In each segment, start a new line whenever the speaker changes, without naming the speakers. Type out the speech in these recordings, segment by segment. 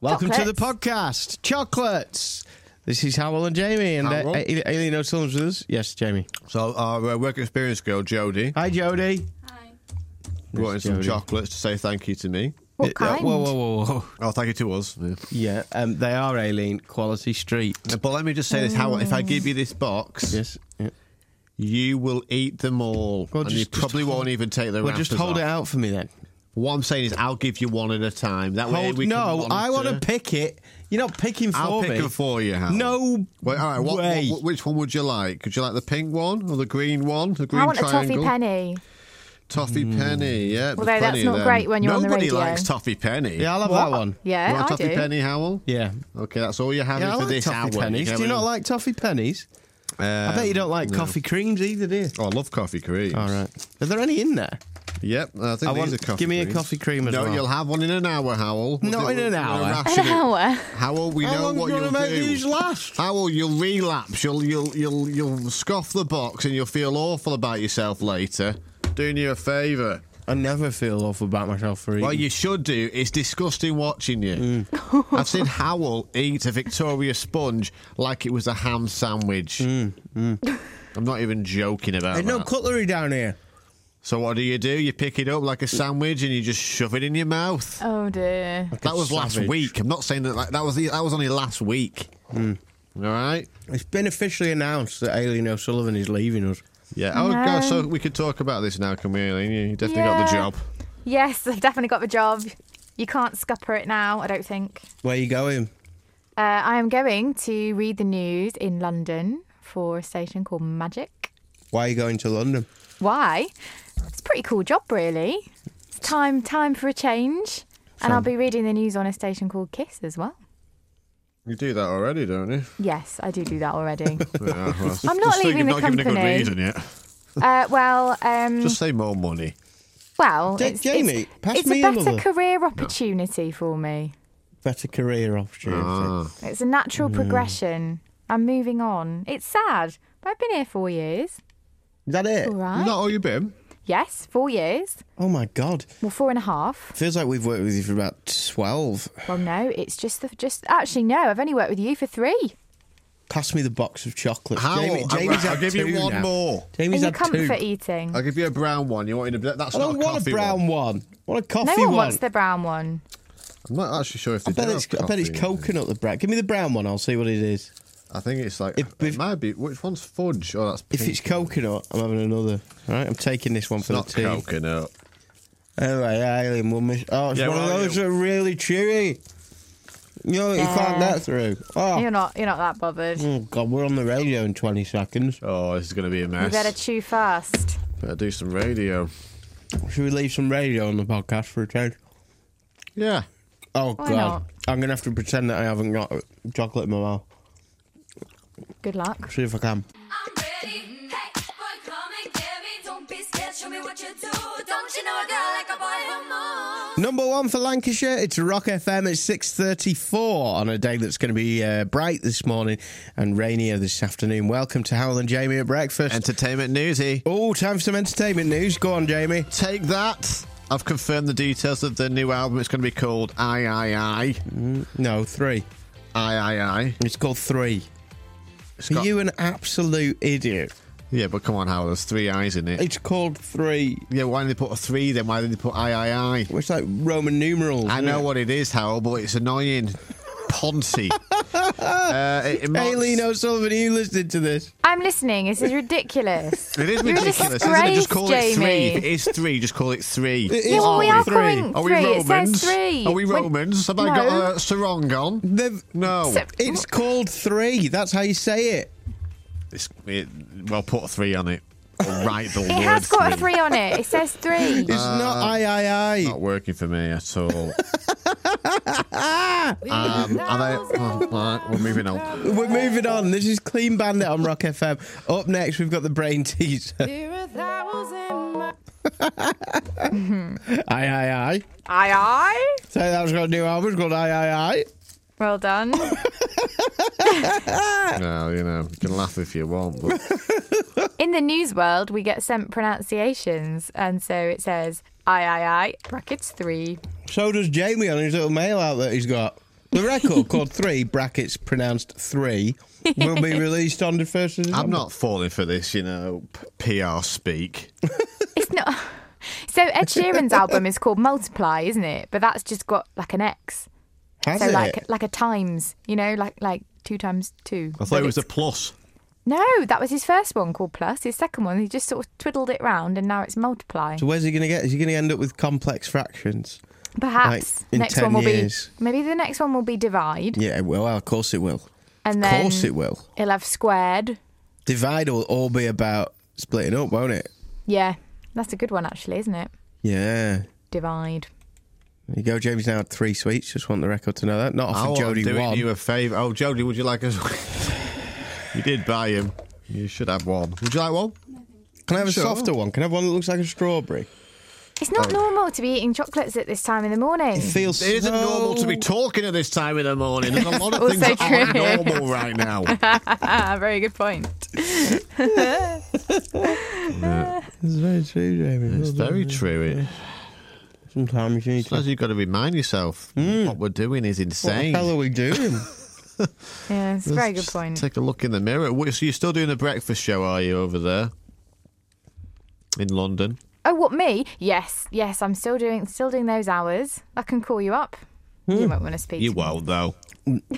Welcome to the podcast, Chocolates. This is Howell and Jamie, and uh,
Howell?
A- A- Aileen O'Sullivan's with us. Yes, Jamie.
So our uh, work experience girl Jodie
Hi, Jodie.
Hi.
brought in
Miss
some
Jodie.
chocolates to say thank you to me.
What
Uh,
kind?
Whoa, whoa, whoa, whoa.
Oh, thank you to us. Yeah.
Yeah, um, they are Aileen. Quality Street.
But let me just say this: How if I give you this box,
Yes. yeah.
you will eat them all,
Well,
and
just-
you
just
probably
hold-
won't even take the
Well, just
wrappers
hold it
off.
out for me then.
What I'm saying is, I'll give you one at a time. That way,
Hold,
we
no,
can
I want
monitor.
to pick it. You're not picking for
I'll
me.
pick them for you. Hal.
No
Wait, all right. What,
way.
what- which one would you like? Could you like the pink one or the green one? The green
I want
triangle.
a toffee penny.
Toffee
Hmm.
penny. Yeah. there's
Although that's
plenty of
not
them.
great when you're on the
Nobody
radio.
likes toffee penny.
yeah, I'll have
What?
that one.
you
Yeah,
want
I
toffee
do.
penny, Howell?
Yeah.
Okay, that's all you're having
Yeah, I
for
like
this
toffee
hour.
pennies.
can
Do
have
you not
any-
like toffee pennies? I
Um,
bet you don't like coffee creams either, do you?
Oh, I love coffee cream.
All right. Are there any in there?
Yep, I think
I
these
want-
are coffee.
give me a
creams.
coffee cream as
no,
well.
you'll have one in an hour, Howell.
Not in an hour.
An hour.
Howell, we
How
know
long
what
you
you'll
gonna make
do.
these last?
Howell, you'll relapse. You'll you'll you'll you'll scoff the box, and you'll feel awful about yourself later. Doing you a favour.
I never feel awful about myself for eating.
What you should do is disgusting watching you.
Mm.
I've seen Howell eat a Victoria sponge like it was a ham sandwich. I'm not even joking about
There's
that.
Mm, no cutlery down here.
so what do you do? You pick it up like a sandwich and you just shove it in your mouth.
Oh dear.
that was last
savage.
week. I'm not saying that. Like, that was the, that was only last week.
Mm.
All right.
It's been officially announced that Aileen O'Sullivan is leaving us.
Yeah. Oh God.
No.
So we could talk about this now, can we, Aileen? You definitely got the
Yeah.
job.
Yes, I've definitely got the job. You can't scupper it now, I don't think.
Where you going?
Uh, I am going to read the news in London for a station called Magic.
Why are you going to London?
Why? It's a pretty cool job, really. It's time, time for a change. And I'll be reading the news on a station called Kiss as well.
You do that already, don't you?
Yes, I do do that already.
Yeah, well,
I'm not
just think
leaving
you've
the
not given
company.
a good reason yet.
uh, well, um,
Just say more money.
well,
Ja-
it's,
Jamie,
it's,
pass
it's
me
a better
another.
career opportunity for me.
Better career opportunity.
Ah.
It's a
Hmm.
natural progression. I'm moving on. It's sad, but I've been here four years.
Is that it?
All
Is
right.
that all you've been?
Yes, four years.
Oh my god.
Well, four and a half.
Feels like we've worked with you for about twelve.
Well, no, it's just the just. Actually, no, I've only worked with you for three.
Pass me the box of chocolates.
How?
Jamie,
I'll-
Jamie's
I'll
had
give you
two
one
now.
more.
Jamie's
and your
had two.
comfort eating.
I'll give you a brown one. You want a, that's
I
not
don't
a
want
coffee
a brown
One.
one. I want a coffee
no one
one.
wants the brown one.
I'm not actually sure if they
I bet
do
it's
have
I bet it's
coffee.
coconut the brown. Give me the brown one. I'll see what it is.
I think it's like
If-
it might be. Which one's fudge? Oh, that's
If
pink.
it's coconut, I'm having another. All right, I'm taking this one for
not
the tea.
coconut.
Anyway, alien will miss. Oh, it's
Yeah,
one of
well,
those
you-
that are really chewy. You know, you
Yeah.
can't get through. Oh.
You're not. You're not that bothered.
oh, God, we're on the radio in 20 seconds.
Oh, this is going to be a mess.
You better chew fast.
Better do some radio.
Should we leave some radio on the podcast for a change?
Yeah.
Oh,
Why
God.
not?
I'm going to have to pretend that I haven't got chocolate in my mouth.
Good luck.
See if I can.
I'm ready. Hey, boy, come and get me. Don't be scared. Show me what you do. Don't you know a girl like a boy who moves?
Number one for Lancashire, it's Rock FM at 6.34 on a day that's going to be uh, bright this morning and rainier this afternoon. Welcome to Howell and Jamie at breakfast.
Entertainment newsy.
oh, time for some entertainment news. Go on, Jamie.
Take that. I've confirmed the details of the new album. It's going to be called I I
No, three.
I I I I.
It's called Three.
It's
Are
got-
you an absolute idiot?
Yeah, but come on, Howard. There's three I's in it.
It's called Three.
Yeah, why didn't they put a three then? Why didn't they put I I I?
It's like Roman numerals.
I
isn't
know
it?
what it is, Howell, but it's annoying. Ponty. uh, it, it marks-
Aileen O'Sullivan, you listening to this?
I'm listening. This is ridiculous.
It is
You're a
ridiculous, isn't it? Just
disgrace,
call it
Jamie.
three. If it is three, just call it three.
It is
Yeah, well, we
Sorry.
are
Three.
calling
Are we
three. It
Romans?
says three.
Are we
When-
Romans? Have I
No.
got a sarong on?
They've,
No.
Except-
it's called Three. That's how you say it.
It's, it, well, put a three on it. Or write the word.
It has got a three on it. It says three.
It's not I, I, I.
Not working for me at all. um, are they, oh, all right, we're moving on.
We're moving on. This is Clean Bandit on Rock FM. Up next, we've got the brain teaser. Aye, aye, aye.
Aye, aye.
So that was got a new album. It's called Aye, aye, aye.
Well done.
No, you know, you can laugh if you want. But
In the news world, we get sent pronunciations, and so it says I I I brackets three.
So does Jamie on his little mail out that he's got. The record called Three brackets pronounced three will be released on the first of December.
I'm not falling for this, you know, p- PR speak.
It's not. So Ed Sheeran's album is called Multiply, isn't it? But that's just got like an X.
Has
so
it?
like like a times, you know, like like two times two.
I thought
But
it was a
it's-
plus.
no. That was his first one called Plus. His second one, he just sort of twiddled it round, and now it's Multiply.
so where's he going to get? Is he going to end up with complex fractions?
Perhaps
in
next
10
one will
years.
be maybe the next one will be Divide,
Yeah, well, of course it will.
and
Of
then
course it will.
will have Squared.
Divide will all be about splitting up, won't it?
Yeah, that's a good one actually, isn't it?
Yeah.
Divide.
There you go. James now had three sweets. Just want the record to know that. Not off
Oh,
of Jody
I'm doing
one.
you a favour. Oh, Jody, would you like us? you did buy him. You should have one. Would you like one?
Can I have a
Sure.
softer one? Can I have one that looks like a strawberry?
It's
Oh.
not normal to be eating chocolates at this time in the morning.
It feels
It isn't
so-
normal to be talking at this time in the morning. There's a lot of things
Also
that aren't
true.
normal right now.
Ah, very good point.
It's very true, Jamie.
It's very true. It,
Sometimes you need to.
Plus, you've got to remind yourself what we're doing is
Mm. What the
insane.
hell are we doing?
Yeah, it's a very good
Just
point.
Take a look in the mirror. Wait, So you're still doing the breakfast show, are you, over there in London?
Oh, what me? Yes, yes. I'm still doing still doing those hours. I can call you up. You might want to speak.
Hmm. You
to me.
won't, though.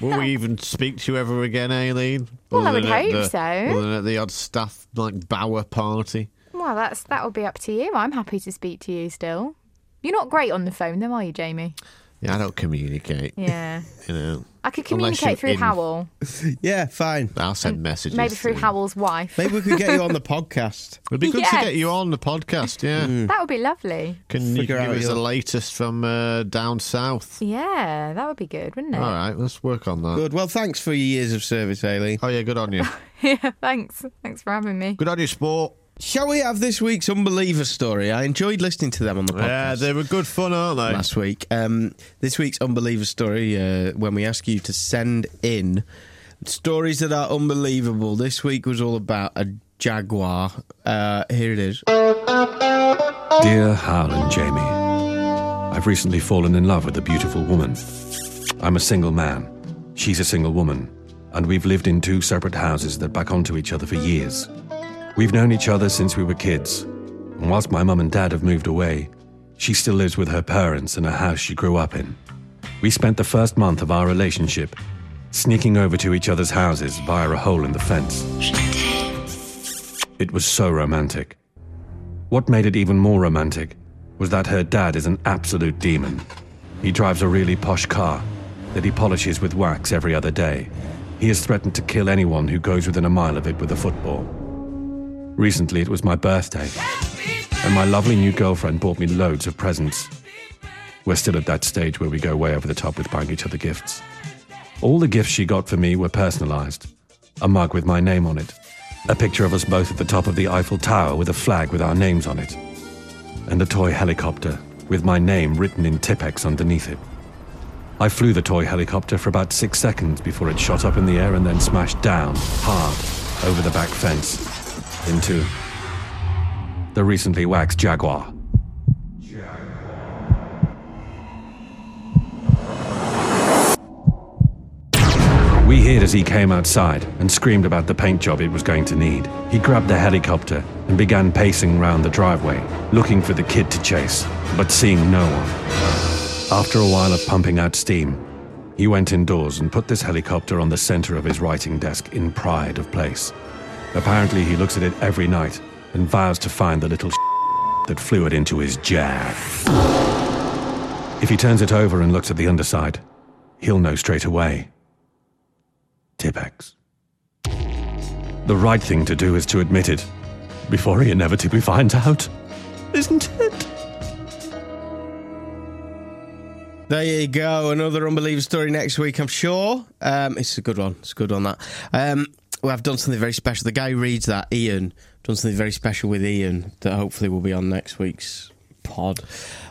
Will we even speak to you ever again, Aileen?
Well, I
Other
would
than at
hope
the,
so.
Other than at the odd staff like bower party.
Well, that's that will be up to you. I'm happy to speak to you still. You're not great on the phone, though, are you, Jamie?
Yeah, I don't communicate.
Yeah.
You know,
I could
Unless
communicate
you're
through
in.
Howell,
yeah, fine.
I'll send messages.
Mm. maybe through
to-
Howell's wife.
Maybe we could get you on the podcast.
It'd be good to
Yes.
get you on the podcast. Yeah,
That would be lovely.
can you
Mm. Figure
give
out
us
your-
the latest from uh, down south?
Yeah, that would be good, wouldn't it?
All right, let's work on that.
Good. Well, thanks for your years of service, Aileen.
Oh yeah, good on you.
yeah, thanks. Thanks for having me.
Good on you, sport.
Shall we have this week's Unbeliever story? I enjoyed listening to them on the podcast.
Yeah, they were good fun, aren't they?
last week. Um, this week's Unbeliever story, uh, when we ask you to send in stories that are unbelievable, this week was all about a jaguar. Uh, here it is.
Dear Hal and Jamie, I've recently fallen in love with a beautiful woman. I'm a single man, she's a single woman, and we've lived in two separate houses that back onto each other for years. We've known each other since we were kids, and whilst my mum and dad have moved away, she still lives with her parents in a house she grew up in. We spent the first month of our relationship sneaking over to each other's houses via a hole in the fence. It was so romantic. What made it even more romantic was that her dad is an absolute demon. He drives a really posh car that he polishes with wax every other day. He has threatened to kill anyone who goes within a mile of it with a football. Recently, it was my birthday, and my lovely new girlfriend bought me loads of presents. We're still at that stage where we go way over the top with buying each other gifts. All the gifts she got for me were personalized a mug with my name on it, a picture of us both at the top of the Eiffel Tower with a flag with our names on it, and a toy helicopter with my name written in Tippex underneath it. I flew the toy helicopter for about six seconds before it shot up in the air and then smashed down, hard, over the back fence, into the recently waxed Jaguar. We heard as he came outside and screamed about the paint job it was going to need. He grabbed the helicopter and began pacing round the driveway, looking for the kid to chase, but seeing no one. After a while of pumping out steam, he went indoors and put this helicopter on the center of his writing desk in pride of place. Apparently, he looks at it every night and vows to find the little that flew it into his jag. If he turns it over and looks at the underside, he'll know straight away. Tippex. E The right thing to do is to admit it before he inevitably finds out, isn't it?
There you go. Another unbelievable story next week, I'm sure. Um, it's a good one. It's a good one, that. Um, well, I've done something very special. The guy who reads that, Ian, done something very special with Ian that hopefully will be on next week's pod.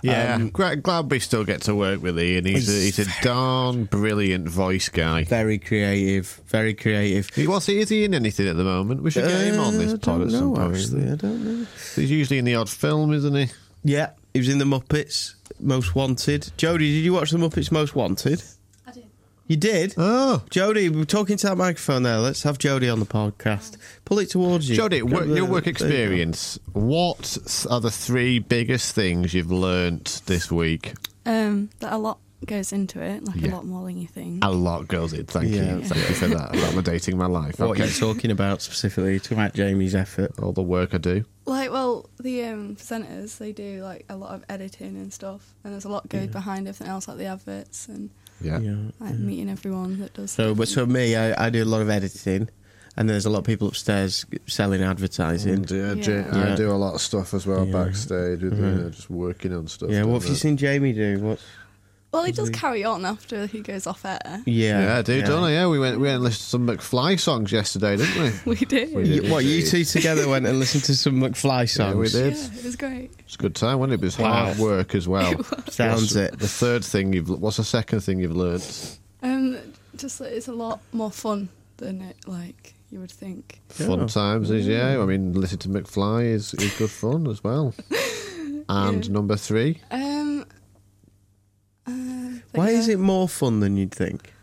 Yeah,
Um,
gra- glad we still get to work with Ian. He's a,
He's
he's a darn brilliant voice guy.
very creative. Very creative.
He, what's he, is he in anything at the moment? We should get him on this
Uh, I
pod
don't
at some
know,
point.
Actually, I don't know.
He's usually in the odd film, isn't he?
Yeah, he was in the Muppets Most Wanted. Jodie, did you watch the Muppets Most Wanted?
I did.
You did?
Oh.
Jody, we're talking to that microphone there. Let's have Jody on the podcast. Pull it towards you.
Jody,
Go
work,
there.
your work
There you go.
experience. What s- are the three biggest things you've learnt this week?
Um, that a lot goes into it, like
Yeah.
a lot more than you think.
A lot goes in. Thank
Yeah.
you. Thank you for that. I'm dating my life.
What are
Okay.
you talking about specifically? You're Talking about Jamie's effort.
All the work I do.
Like, well, the um, presenters they do like a lot of editing and stuff, and there's a lot goes behind everything else, like the adverts and
Yeah.
Yeah.
like meeting everyone that does.
Mm-hmm. So, but so me, I, I do a lot of editing, and there's a lot of people upstairs selling advertising.
Yeah,
Ja-
I Yeah. do
a lot of stuff as well
Yeah.
backstage, with just working on stuff. uh,
yeah, what have you seen Jamie do? What?
well, he does carry on after he goes off air.
Yeah,
Yeah, I do, don't I? Yeah, we went we went and listened to some McFly songs yesterday, didn't we?
We do.
We did.
Y- What you two together went and listened to some McFly songs?
Yeah, we
Yeah,
did.
it was great.
It's a good time, wasn't it? It was hard
Wow.
work as well.
Sounds it.
The third thing you've what's the second thing you've learnt?
Um, just that it's a lot more fun than it like you would think.
Fun times is yeah. I mean, listen to McFly is, is good fun as well. And number three,
Um, uh, but
Why is
yeah.
it more fun than you'd think?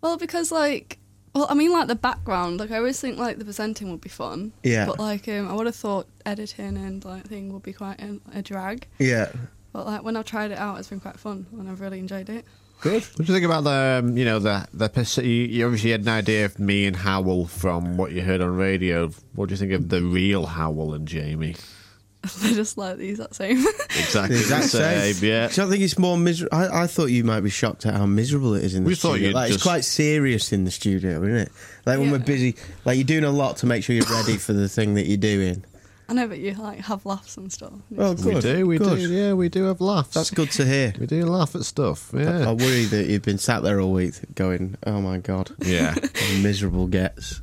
Well, because like, well, I mean, like the background. Like, I always think like the presenting would be fun.
Yeah.
But like, um, I would have thought editing and like thing would be quite a, a drag.
Yeah,
But like when I've tried it out, it's been quite fun, and I've really enjoyed it.
good. What do you think about the um, you know the the pers- you, you obviously had an idea of me and Howell from what you heard on radio. What do you think of the real Howell and Jamie?
They're just like the exact same.
Exactly
the exact same.
Yeah.
So I think it's more miserable. I, I thought you might be shocked at how miserable it is in the
We thought
studio.
you'd
like, It's
just-
quite serious in the studio, isn't it? Like when we're
Yeah.
busy, like you're doing a lot to make sure you're ready for the thing that you're doing.
I know, but you like have laughs and stuff. and
Well,
it's-
good.
We do, we
good.
do. Yeah, we do have laughs.
That's good to hear.
we do laugh at stuff.
I
Yeah.
worry that oh, you've been sat there all week going, "Oh my god,
Yeah.
how miserable gets."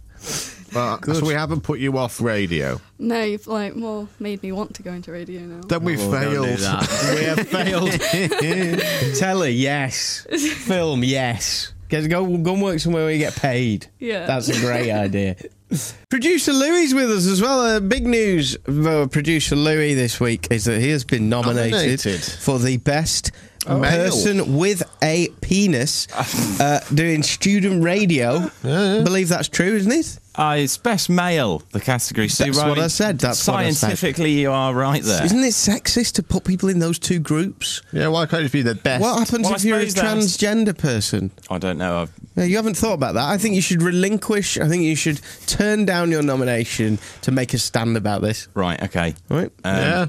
But, so we haven't put you off radio.
no, you've like more made me want to go into radio now.
Then we
Oh, don't do
failed.
that. we have failed. Telly, yes. Film, yes. Get- Go, go and work somewhere where you get paid.
Yeah.
That's a great idea. Producer Louis with us as well. Uh, big news for producer Louis this week is that he has been nominated,
Nominated.
for the best
Oh.
person with a penis uh, doing student radio. I believe that's true, isn't it?
Uh, it's best male, the category. So
That's
you're
what
right.
I said, that's what I said.
Scientifically, you are right there.
Isn't it sexist to put people in those two groups?
Yeah, why can't it be the best?
What happens
Well, I
if you're a
suppose that's-
transgender person?
I don't know. I've,
Yeah, you haven't thought about that. I think you should relinquish. I think you should turn down your nomination to make a stand about this.
right, okay.
All Right?
Um,
yeah.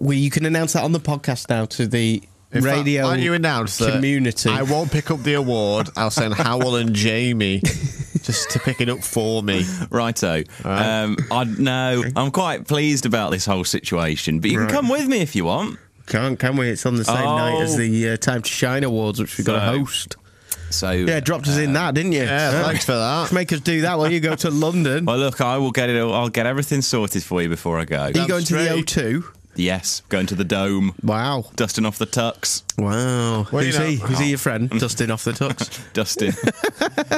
well, you can announce that on the podcast now to the
In fact,
radio
why don't you announce that
community.
I won't pick up the award. I'll send Howell and Jamie just to pick it up for me.
Righto. Um, I know. I'm quite pleased about this whole situation, but you
Right.
can come with me if you want.
Can't, can we? It's on the same night as
Oh.
the uh, Time to Shine Awards, which we've got to
So-
host.
So
Yeah, dropped us in that, didn't you?
Uh, Yeah,
Huh?
thanks for that.
Make us do that while you go to London.
Well, look, I will get it. all- I'll get everything sorted for you before I go.
Are you going
straight.
to the O2?
Yes, going to the dome,
Wow.
dusting off the tux,
Wow.
Well, you
Who's
know-
he? Who's he your friend? Dustin off the tux.
dusting.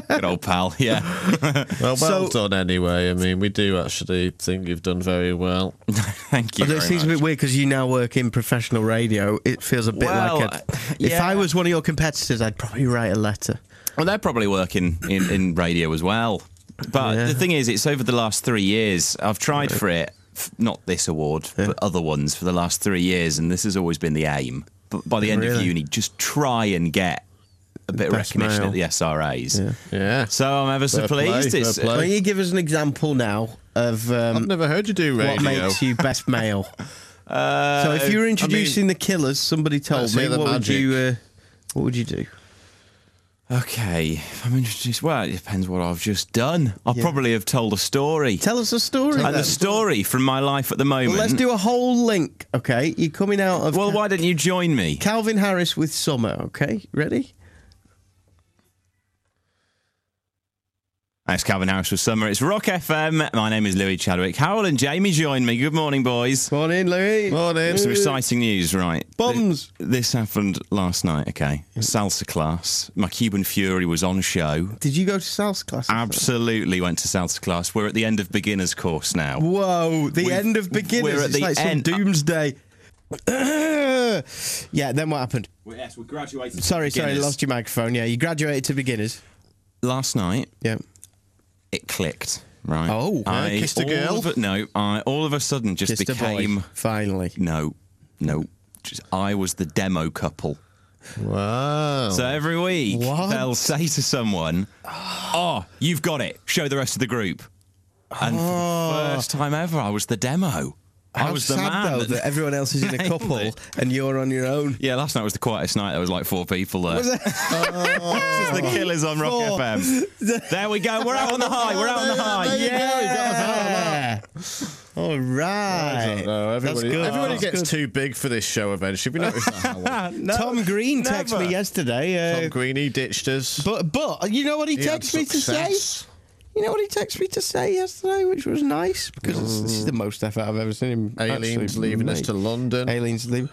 Good old pal. Yeah.
Well, well
So-
done anyway. I mean, we do actually think you've done very well.
Thank you.
Although it
very
seems
much.
a bit weird because you now work in professional radio. It feels a bit
Well,
like a.
I-
If I
yeah.
was one of your competitors, I'd probably write a letter.
Well, they're probably working in, in radio as well. But
Yeah.
the thing is, it's over the last three years. I've tried for it, f- not this award, but other ones for the last three years, and this has always been the aim. But by the end of
Really?
uni, just try and get a bit of
Best
recognition
male.
at the SRAs.
Yeah.
So I'm ever so
Fair play,
pleased.
fair
It's,
play.
Why don't you give us an example now of
I've
um,
never heard you do radio.
what makes you best male?
uh,
so if you were introducing the killers, somebody told
let's
me
hear the
what would
magic.
you uh, what would you do?
okay, if I'm introduced, well, it depends what I've just done. I will probably have told a story.
Tell us a story.
and
then.
the story from my life at the moment.
Well, let's do a whole link. Okay, you're coming out of
Well,
Ca-
why didn't you join me?
Calvin Harris with Summer. Okay, ready?
That's Calvin Harris with Summer. It's Rock FM. My name is Louis Chadwick. Harold and Jamie join me. Good morning, boys.
Come on in, Louis.
Morning.
Some exciting news, right?
Bombs.
Th- This happened last night, okay? Salsa class. My Cuban Fury was on show.
Did you go to Sal's class?
Absolutely went to salsa class. We're at the end of beginner's course now.
Whoa, the
We've-
end of beginners.
we're at
it's
the
like
end. Uh,
some doomsday. yeah, then what happened?
Yes, we graduated.
Sorry, sorry, lost your microphone. Yeah, you graduated to beginners.
last night
Yeah.
it clicked. Right.
Oh,
I,
I kissed a
all
girl?
Of a, no, I all of a sudden just
Just
became
a boy. Finally.
no, no. Just, I was the demo couple.
Wow.
So every week
Oh. What?
they'll say to someone, "Oh, you've got it. Show the rest of the group." And for the first time ever, I was the demo. I
Oh. How
was the
sad,
man.
though,
that-
that everyone else is in a
nailed
couple
it.
and you're on your own.
Yeah, last night was the quietest night. There was like four people there.
Was it? Oh.
This is the killers on Rock
Four.
FM. There we go. We're out on the high. We're
Oh,
out on the high.
There you go, you got us out of that.
All right.
No,
That's
everybody,
good.
everybody
That's
gets
good.
too big for this show eventually. We noticed that. Howard.
Tom Green texted me
never.
yesterday.
Tom
Uh,
Green, he ditched us.
but but you know what he,
He had
texted me to say?
success.
You know what he texted me to say yesterday, which was nice because it's- this is the most effort I've ever seen him.
Aliens
actually
leaving us
make.
to London.
Aliens leaving.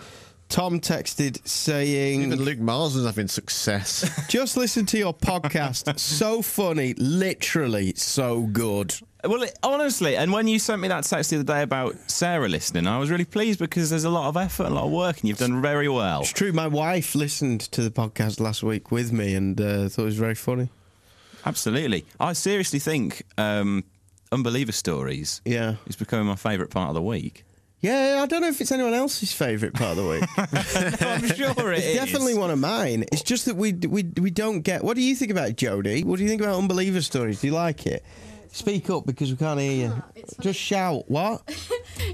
Tom texted
Even
saying,
Luke Marsden's having success.
"Just listen to your podcast. so funny, literally so good."
Well, it, honestly, and when you sent me that text the other day about Sarah listening, I was really pleased because there's a lot of effort, a lot of work, and you've done very well.
It's true. My wife listened to the podcast last week with me and uh, thought it was very funny.
Absolutely. I seriously think um, Unbeliever Stories
Yeah.
is becoming my favourite part of the week.
Yeah, I don't know if it's anyone else's favourite part of the week.
I'm sure it
it's
is.
definitely one of mine. It's just that we we we don't get. What do you think about it, Jodie? What do you think about Unbeliever Stories? Do you like it? Speak up because we can't hear you.
Ah, it's funny.
Just shout. What?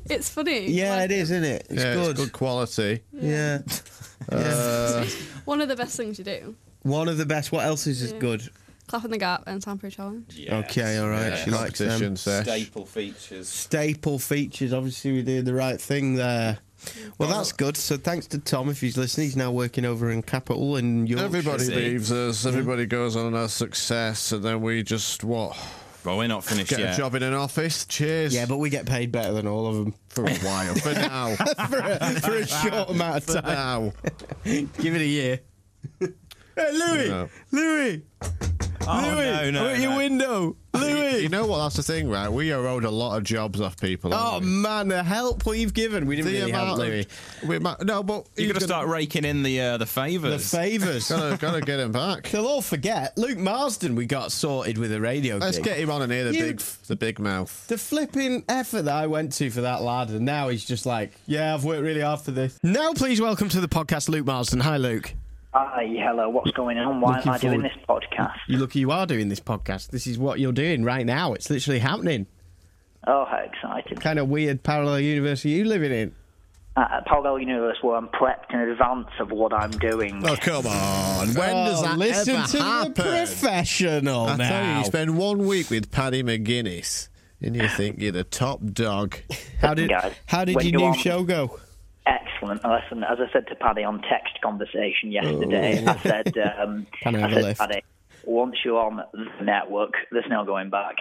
It's funny.
Yeah,
like,
it is, isn't it? It's
yeah,
good.
it's good Uh, quality.
Yeah. Yeah.
One of the best things you do.
One of the best. What else is as
Yeah.
good?
Clap in the gap and soundproof challenge.
Okay, all right.
Yeah,
she likes um, them.
competition sesh.
features.
Staple features. Obviously, we're doing the right thing there. Well, that's good. So, thanks to Tom if he's listening. He's now working over in Capital in Yorkshire.
Everybody
See?
leaves us. Everybody goes on and has success, and then we just what?
Well, we're not finished
Get
yet.
a job in an office. Cheers.
Yeah, but we get paid better than all of them
for a while. for now.
for a, for a short amount of
For
time.
now.
Give it a year. hey, Louis!
No.
Louis!
Oh, no,
Louis!
no,
I'm at your
no.
window! Louis!
You know what? That's the thing, right? We are owed a lot of jobs off people.
oh,
aren't we?
man, the help we've given. We didn't
the
really help
amount
Louis.
of- we might, no, but
You've got to start raking in the uh, the
The
favours.
favours.
Gotta, gotta get him back.
They'll all forget. Luke Marsden, we got sorted with a radio
Let's
gig.
get him on and hear the
You-
big, the big mouth.
the flipping effort that I went to for that lad, and now he's just like, yeah, I've worked really hard for this. Now, please welcome to the podcast, Luke Marsden. Hi, Luke.
Hi, hello, what's going on? Why
Looking
am I doing
forward-
this podcast?
You look, you are doing this podcast. This is what you're doing right now. It's literally happening.
Oh, how excited.
Kind of weird parallel universe are you living in?
Uh, At Parallel Universe, where I'm prepped in advance of what I'm doing.
Oh, come on. When does
Oh,
that
listen
ever
to
happen?
the professional
I tell you,
now.
you spend one week with Paddy McGuinness and you think you're the top dog.
how did
Guys,
how did
when
your
you
new
want-
show go?
Excellent. Listen, as I said to Paddy on text conversation yesterday, I said, um,
Can I Oh. have
I
a
said
lift?
Paddy, once you're on the network, there's no going back.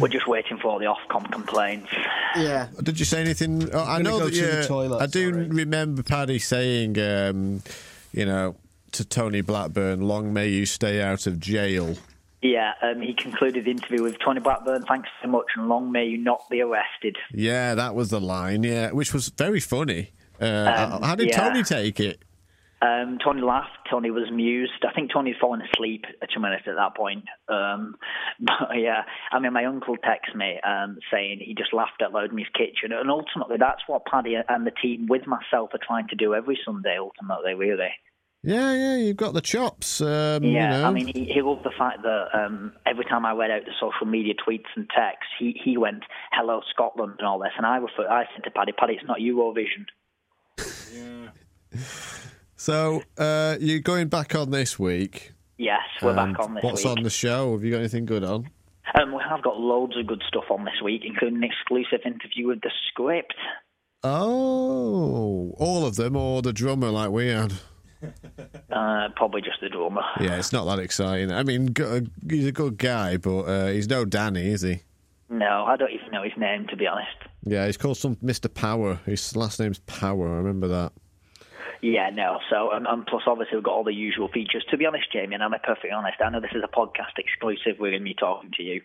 We're just waiting for the Ofcom complaints.
Yeah,
Did you say anything? Oh, I
gonna
know
go
that
to
you.
the toilet,
I do
sorry.
remember Paddy saying, um, you know, to Tony Blackburn, "Long may you stay out of jail."
Yeah, um, he concluded the interview with Tony Blackburn. Thanks so much, and long may you not be arrested.
Yeah, that was the line. Yeah, which was very funny. Uh,
Um,
how did
yeah.
Tony take it?
Um, Tony laughed. Tony was amused. I think Tony had fallen asleep at a minute at that point. Um, but yeah, I mean, my uncle texted me um, saying he just laughed out loud in his kitchen. And ultimately, that's what Paddy and the team with myself are trying to do every Sunday, ultimately, really.
Yeah, yeah, you've got the chops. Um, you
Yeah,
know.
I mean, he, he loved the fact that um, every time I read out the social media tweets and texts, he, he went, hello, Scotland, and all this. And I, refer, I said to Paddy, Paddy, it's not Eurovision.
So uh, you're going back on this week.
Yes, we're
And
back on this
What's
week.
on the show? Have you got anything good on?
Um, we have got loads of good stuff on this week, including an exclusive interview with the script.
Oh, all of them, or the drummer like we had.
Uh, probably just the drummer.
Yeah, it's not that exciting. I mean, go- he's a good guy, but uh, he's no Danny, is he?
No, I don't even know his name, to be honest.
Yeah, he's called some Mr. Power. His last name's Power. I remember that.
Yeah, no. So, um, and plus, obviously, we've got all the usual features. To be honest, Jamie, and I'm perfectly honest, I know this is a podcast exclusive. We're going to be talking to you.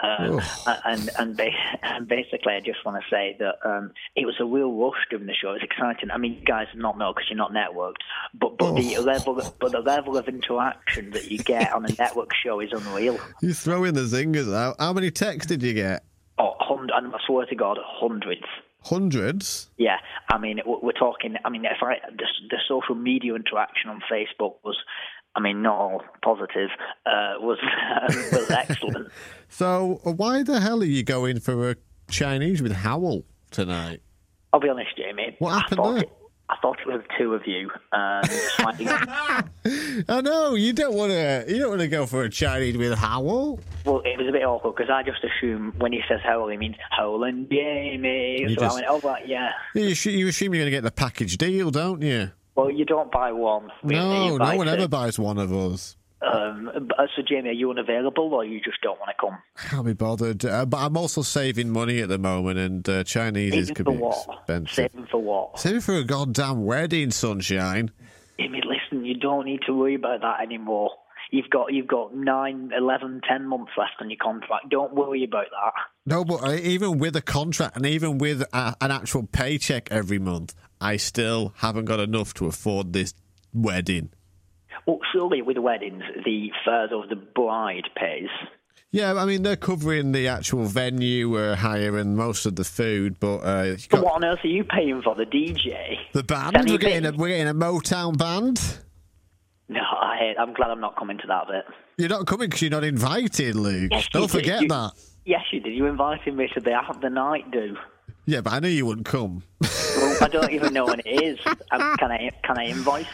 Um, and, and, ba- and basically, I just want to say that um, it was a real rush doing the show. It's exciting. I mean, you guys not know because you're not networked, but but the level but the level of interaction that you get on a network show is unreal.
You throw in the zingers out. How many texts did you get?
Oh, hundred, and I swear to God, hundreds.
Hundreds.
Yeah, I mean, w- we're talking. I mean, if I the, the social media interaction on Facebook was, I mean, not all positive, uh, was was excellent.
So uh, why the hell are you going for a Chinese with Howell tonight?
I'll be honest, Jamie.
What
I
happened
thought
there?
It, I thought it was the two of you. Um, fighting.
I know you don't want to. You don't want to go for a Chinese with Howell.
well, it was a bit awkward because I just assume when he says howl, he means howl and Jamie.
You
so
just-
I went, oh, right, yeah.
You, assu- you assume you're going to get the package deal, don't you?
Well, you don't buy one. really,
No,
you
no
buy
one
two.
ever buys one of us.
Um, but- so, Jamie, are you unavailable or you just don't want to come?
Can't be bothered. Uh, but I'm also saving money at the moment, and uh, Chinese is
Saving
could
for
be
what?
expensive.
Saving for what?
Saving for a goddamn wedding, sunshine.
I mean, listen, you don't need to worry about that anymore. You've got you've got nine, eleven, ten months left on your contract. Don't worry about that.
No, but uh, even with a contract and even with a, an actual paycheck every month, I still haven't got enough to afford this wedding.
Well, surely with weddings, the further the bride pays.
Yeah, I mean they're covering the actual venue uh, hire and most of the food, but uh, you
So
got
what on earth are you paying for the DJ?
the
Can
band.
you
We're getting a,
think?
we're getting a Motown band.
No, I hate. I'm glad I'm not coming to that bit.
You're not coming because you're not invited, Luke.
Yes, you
Don't
did.
forget
You-
that.
Yes, you did. You invited me to the have the night do.
Yeah, but I knew you wouldn't come.
Well, I don't even know when it is. Um, can I can I invoice?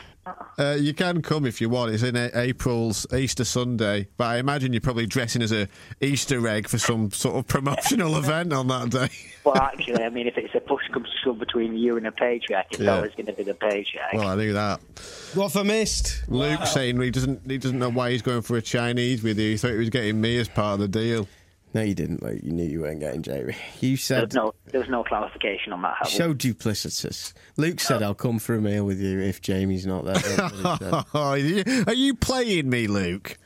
Uh, you can come if you want. It's in A- April's Easter Sunday, but I imagine you're probably dressing as a Easter egg for some sort of promotional event on that day.
Well, actually, I mean, if it's a push comes to shove between you and a paycheck, it's
Yeah.
always going to be the paycheck.
Well, I knew that.
What I missed?
Luke saying he doesn't he doesn't know why he's going for a Chinese with you. He thought he was getting me as part of the deal.
No, you didn't. Like you knew you weren't getting Jamie. You said
There's no, there's no clarification on that. Howell.
so duplicitous. Luke said, "I'll come for a meal with you if Jamie's not there." That's what he said.
Are Oh, you are you playing me, Luke?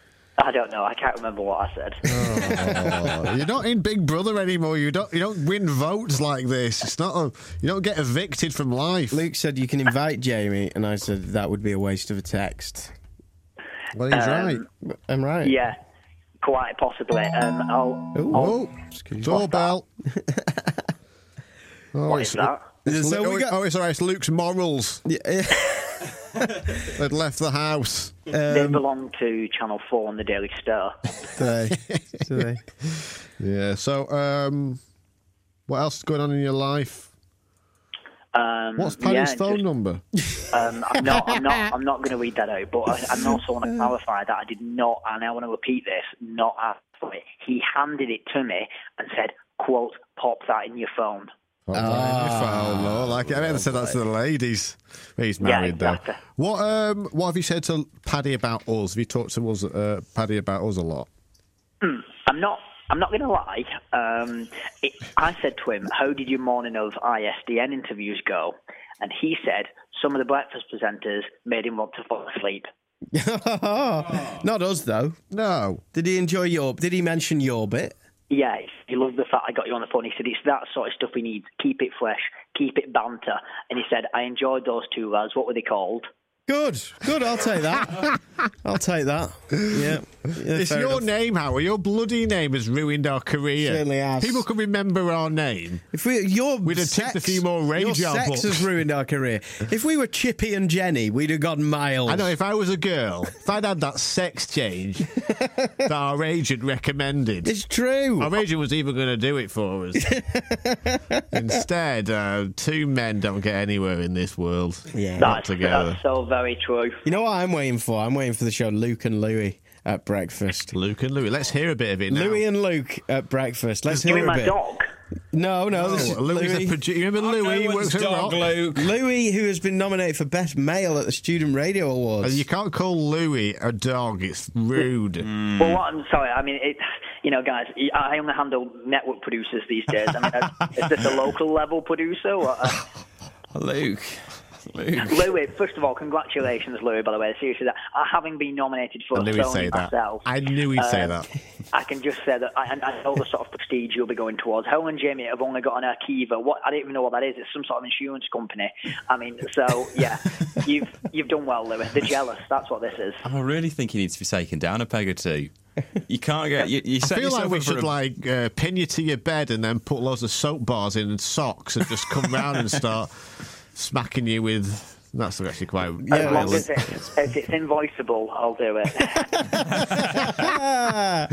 I don't know. I can't remember what I said.
Oh, you're not in Big Brother anymore. You don't you don't win votes like this. It's not a, you don't get evicted from life.
Luke said, "You can invite Jamie," and I said, "That would be a waste of a text."
well,
um,
he's right.
I'm right.
yeah, quite possibly. Um, I'll,
Ooh.
Oh,
Excuse me.
doorbell. oh,
what is
it's,
that?
it's
So
Lu-
we got-
oh, it's all right. It's Luke's morals.
Yeah,
They'd left the house.
they
um,
belong to Channel Four and the Daily Star.
today. Today.
Yeah. So, um, what else is going on in your life?
Um,
What's Paddy's
yeah,
phone
just-
number?
Um, I'm not. I'm not. I'm not going to read that out. But I, I also want to
Uh,
clarify that I did not, and I want to repeat this, not ask for it. He handed it to me and said, "quote Pop that in your phone."
Oh,
Ah.
phone. Oh, like I never said that to the ladies. He's married
exactly.
though. What um what have you said to Paddy about us? Have you talked to us uh, Paddy about us a lot?
I'm not. I'm not going to lie. Um, it, I said to him, "How did your morning of ISDN interviews go?" And he said, "Some of the breakfast presenters made him want to fall asleep."
Not us though.
No.
Did he enjoy your? Did he mention your bit?
Yes, he loved the fact I got you on the phone. He said, "It's that sort of stuff we need. Keep it fresh, keep it banter." And he said, "I enjoyed those two lads. What were they called?"
Good. Good. I'll take that. I'll take that. Yeah. Yeah,
It's
fair
your
enough.
name, Howard. Your bloody name has ruined our career.
Certainly has.
People can remember our name.
If we, your
We'd have
sex,
tipped a few more
your
radio
sex
books.
has ruined our career. If we were Chippy and Jenny, we'd have gone miles.
I know if I was a girl, if I'd had that sex change that our agent recommended,
It's true.
our agent was even going to do it for us. Instead, uh, two men don't get anywhere in this world.
Yeah.
not
That's,
together.
that's so very true.
you know what I'm waiting for? I'm waiting for the show Luke and Louie at breakfast.
Luke and Louis. Let's hear a bit of it now.
Louie and Luke at breakfast. Let's
You
hear
mean
a
my
bit.
dog?
No, no.
Oh,
this is
Louis,
Louis.
the producer. You remember Louis? He works at Rock.
Louis, who has been nominated for Best Male at the Student Radio
And
Awards.
You can't call Louis a dog. It's rude.
Well, what I'm sorry. I mean, it, you know, guys, I only handle network producers these days. I mean, is this a local level producer? Or, uh,
Luke.
Louis, first of all, congratulations, Louis. By the way, seriously, that uh, having been nominated for
I knew
a
he'd
Tony
say that.
myself, Uh,
I knew he'd say that.
I can just say that I, I know the sort of prestige you'll be going towards. Helen and Jamie have only got an Arkiva. What I don't even know what that is. It's some sort of insurance company. I mean, so yeah, you've you've done well, Louis. They're jealous. That's what this is.
I really think he needs to be taken down a peg or two. You can't get. You, you
I
set
feel
yourself
like we
up for
should
a-
like uh, pin you to your bed and then put loads of soap bars in and socks and just come round and start smacking you with. That's actually quite.
As
Yeah,
long
well,
as it's, if it's invoiceable, I'll do it.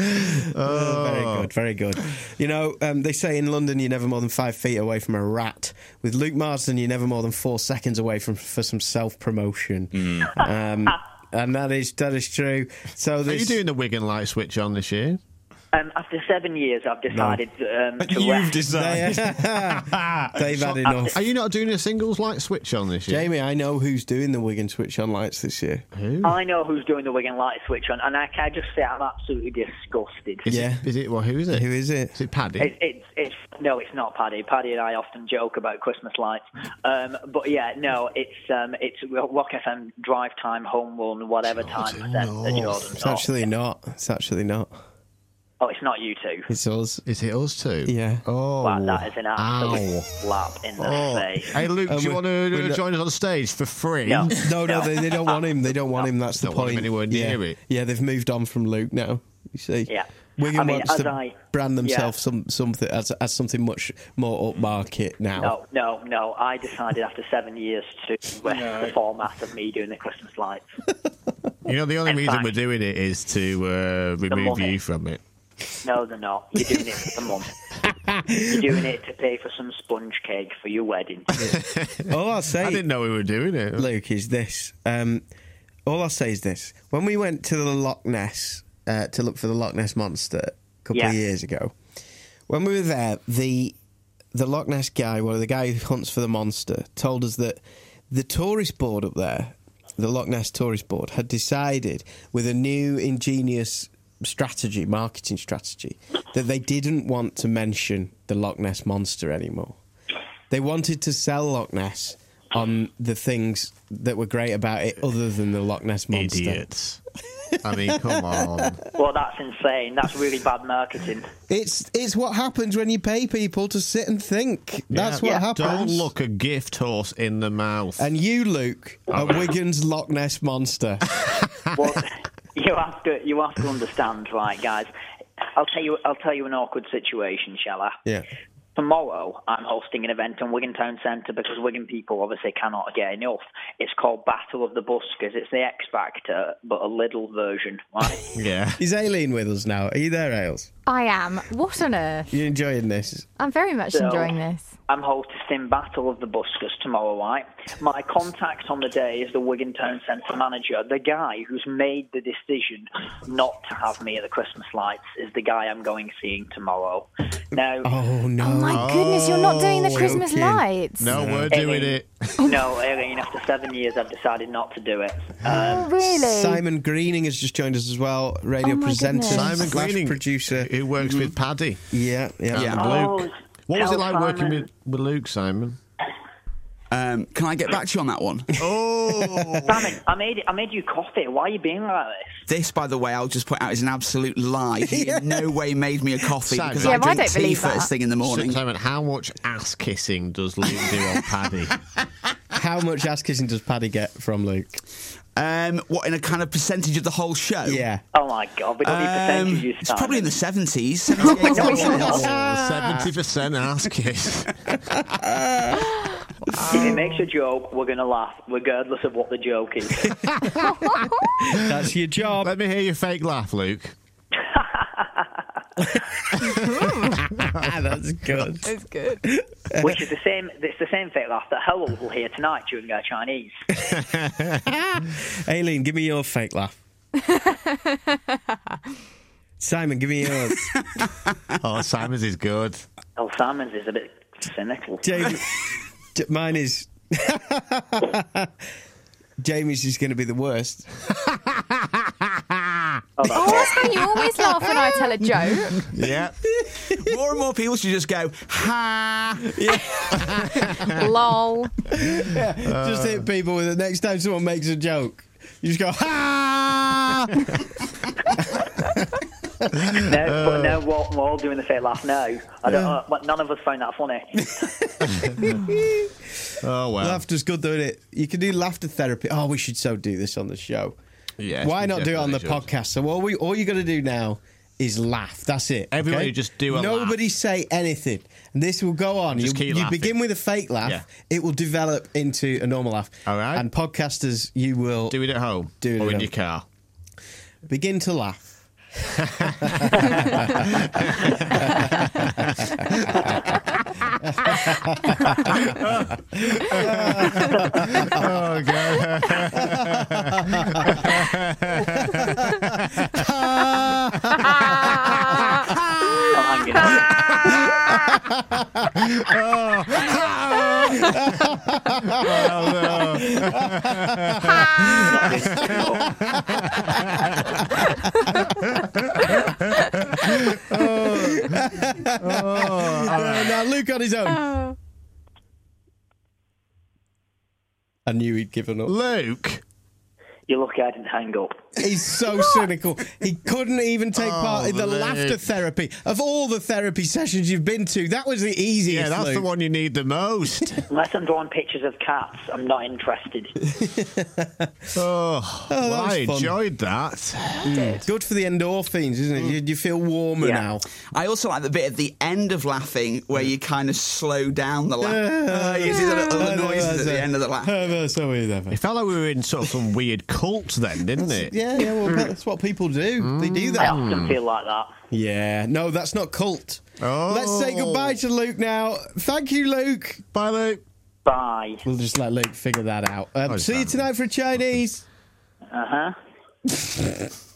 Oh, Very good, very good. You know, um, they say in London you're never more than five feet away from a rat. With Luke Marsden, you're never more than four seconds away from for some self promotion. Um, and that is that is true. So
Are you
this,
doing the Wigan light switch on this year?
Um, after seven years, I've decided um, to
You've
rest.
decided.
they've had enough.
Are you not doing a singles light switch on this year?
Jamie, I know who's doing the Wigan switch on lights this year.
I know who's doing the Wigan light switch on, and I can just say I'm absolutely disgusted.
Is
Yeah.
It, is it? Well, who is it?
Who is it?
Is it Paddy?
It, it's it's no, it's not Paddy. Paddy and I often joke about Christmas lights, um, but yeah, no, it's um, it's Rock FM drive time, home run, whatever
Oh,
time that the Jordan.
It's actually not. It's actually not.
Oh, it's not you two.
It's us.
is it us two?
Yeah.
Oh.
Wow, that is an absolute
Ow.
slap in the
Oh.
face.
Hey, Luke,
And
do you
we-
want to
we're not-
join us on stage for free?
No.
No, no, they, they don't want him. They don't want him. That's the
Don't
point.
want him anywhere near
yeah.
it.
Yeah, they've moved on from Luke now. You see,
Yeah.
Wigan
I mean,
wants
as
to
I-
brand themselves
yeah.
some something as, as something much more upmarket now.
No, no, no. I decided after seven years to rest the format of me doing the Christmas lights.
You know, the only
In
reason
fact-
we're doing it is to uh, remove
money.
you from it.
No, they're not. You're doing it for the month. You're doing it to pay for some sponge cake for your wedding.
All I'll
I
say,
didn't know we were doing it.
Luke, is this. Um, all I'll say is this: when we went to the Loch Ness uh, to look for the Loch Ness monster a couple
Yeah.
of years ago, when we were there, the the Loch Ness guy, well, the guy who hunts for the monster, told us that the tourist board up there, the Loch Ness tourist board, had decided with a new ingenious strategy, marketing strategy, that they didn't want to mention the Loch Ness monster anymore. They wanted to sell Loch Ness on the things that were great about it, other than the Loch Ness monster.
Idiots. I mean, come on.
well, that's insane. That's really bad marketing.
It's it's what happens when you pay people to sit and think. That's what
Yeah.
happens.
Don't look a gift horse in the mouth.
And you, Luke, are Wigan's Loch Ness monster.
Well, you have to you have to understand, right, guys? I'll tell you I'll tell you an awkward situation, shall I?
Yeah.
Tomorrow, I'm hosting an event on Wigan Town Centre because Wigan people obviously cannot get enough. It's called Battle of the Buskers. It's the X Factor, but a little version, right?
yeah.
Is Aileen with us now? Are you there, Ailes?
I am. What on earth?
You enjoying this?
I'm very much
So-
enjoying this.
I'm hosting Battle of the Buskers tomorrow, right? My contact on the day is the Wigan Town Centre manager. The guy who's made the decision not to have me at the Christmas lights is the guy I'm going seeing tomorrow. Now,
Oh no!
Oh my goodness, you're not doing the Christmas
joking.
lights.
No, we're
Hey,
doing
hey.
it.
no, Aileen, after seven years, I've decided not to do it. Um,
Oh, really?
Simon Greening has just joined us as well, radio
Oh my
presenter,
goodness.
Simon
slash
Greening.
producer. Mm-hmm.
Who works with Paddy
Yeah, yeah,
and
Oh,
Luke. What was
tell
it like working
Simon.
with, with Luke, Simon?
Um, can I get back to you on that one?
Simon, I made I made you coffee. Why are you being like this?
This, by the way, I'll just point out is an absolute lie. He in no way made me a coffee
Simon.
because
Yeah,
I
well,
I don't
drink tea
believe
first
that.
thing in the morning.
Simon, how much ass kissing does Luke do on Paddy?
How much ass kissing does Paddy get from Luke?
Um, what in a kind of percentage of the whole show?
Yeah.
Oh my god, we don't need
Um,
percentages.
it's probably in the
Simon.
seventies.
Seventy percent ass kiss.
If he makes a joke, we're gonna laugh, regardless of what the joke is.
That's your job.
Let me hear your fake laugh, Luke.
Ah, That's good.
It's good.
which is the same. It's the same fake laugh that Howell will hear tonight during our Chinese.
Aileen, give me your fake laugh. Simon, give me yours.
Oh, Simon's is good.
El Simon's is a bit cynical.
Jamie, J- mine is. Jamie's is going to be the worst.
Oh, that's how you always laugh when I tell a joke.
Yeah.
more and more people should just go, ha.
Lol.
just
Uh.
hit people with it. Next time someone makes a joke, you just go,
Oh,
ha!
No, but no, we're, we're all doing the same laugh. No, I don't. Uh, well, none of us find that funny.
Oh, well.
Laughter's good, though, isn't it? You can do laughter therapy. Oh, we should so do this on the show.
Yes,
Why
we
not do it on the
definitely should.
podcast? So all we all you got to do now is laugh. That's it.
Everybody
okay?
just do a
Nobody
laugh.
say anything. And this will go on.
Just
you
keep
you
laughing.
begin with a fake laugh.
Yeah.
It will develop into a normal laugh.
All right.
And podcasters, you will
Do it at home
Do it
or in
at home.
your car.
begin to laugh.
Oh, God.
I'm gonna,
Uh, now Luke on his own. I knew he'd given up.
Luke.
you're lucky I didn't hang up.
He's so cynical. He couldn't even take part in the
Oh, Luke.
laughter therapy. Of all the therapy sessions you've been to, that was the easiest.
Yeah, that's the
Luke.
one you need the most.
Unless I'm drawing pictures of cats, I'm not interested.
Oh, well,
was
I
fun.
enjoyed that.
Good for the endorphins, isn't it?
Mm.
You, you feel warmer
Yeah.
now.
I also like the bit at the end of laughing where you kind of slow down the laugh. Uh, you see the little noises at the end of the laugh.
It felt like we were in sort of some weird cult then, didn't it?
Yeah, yeah. Well, that's what people do. They do
I
that.
often feel like that.
Yeah. No, that's not cult.
Oh.
Let's say goodbye to Luke now. Thank you, Luke.
Bye, Luke.
Bye.
We'll just let Luke figure that out. Um,
Oh,
see you
damn.
Uh-huh.
tonight for a Chinese.
Uh huh.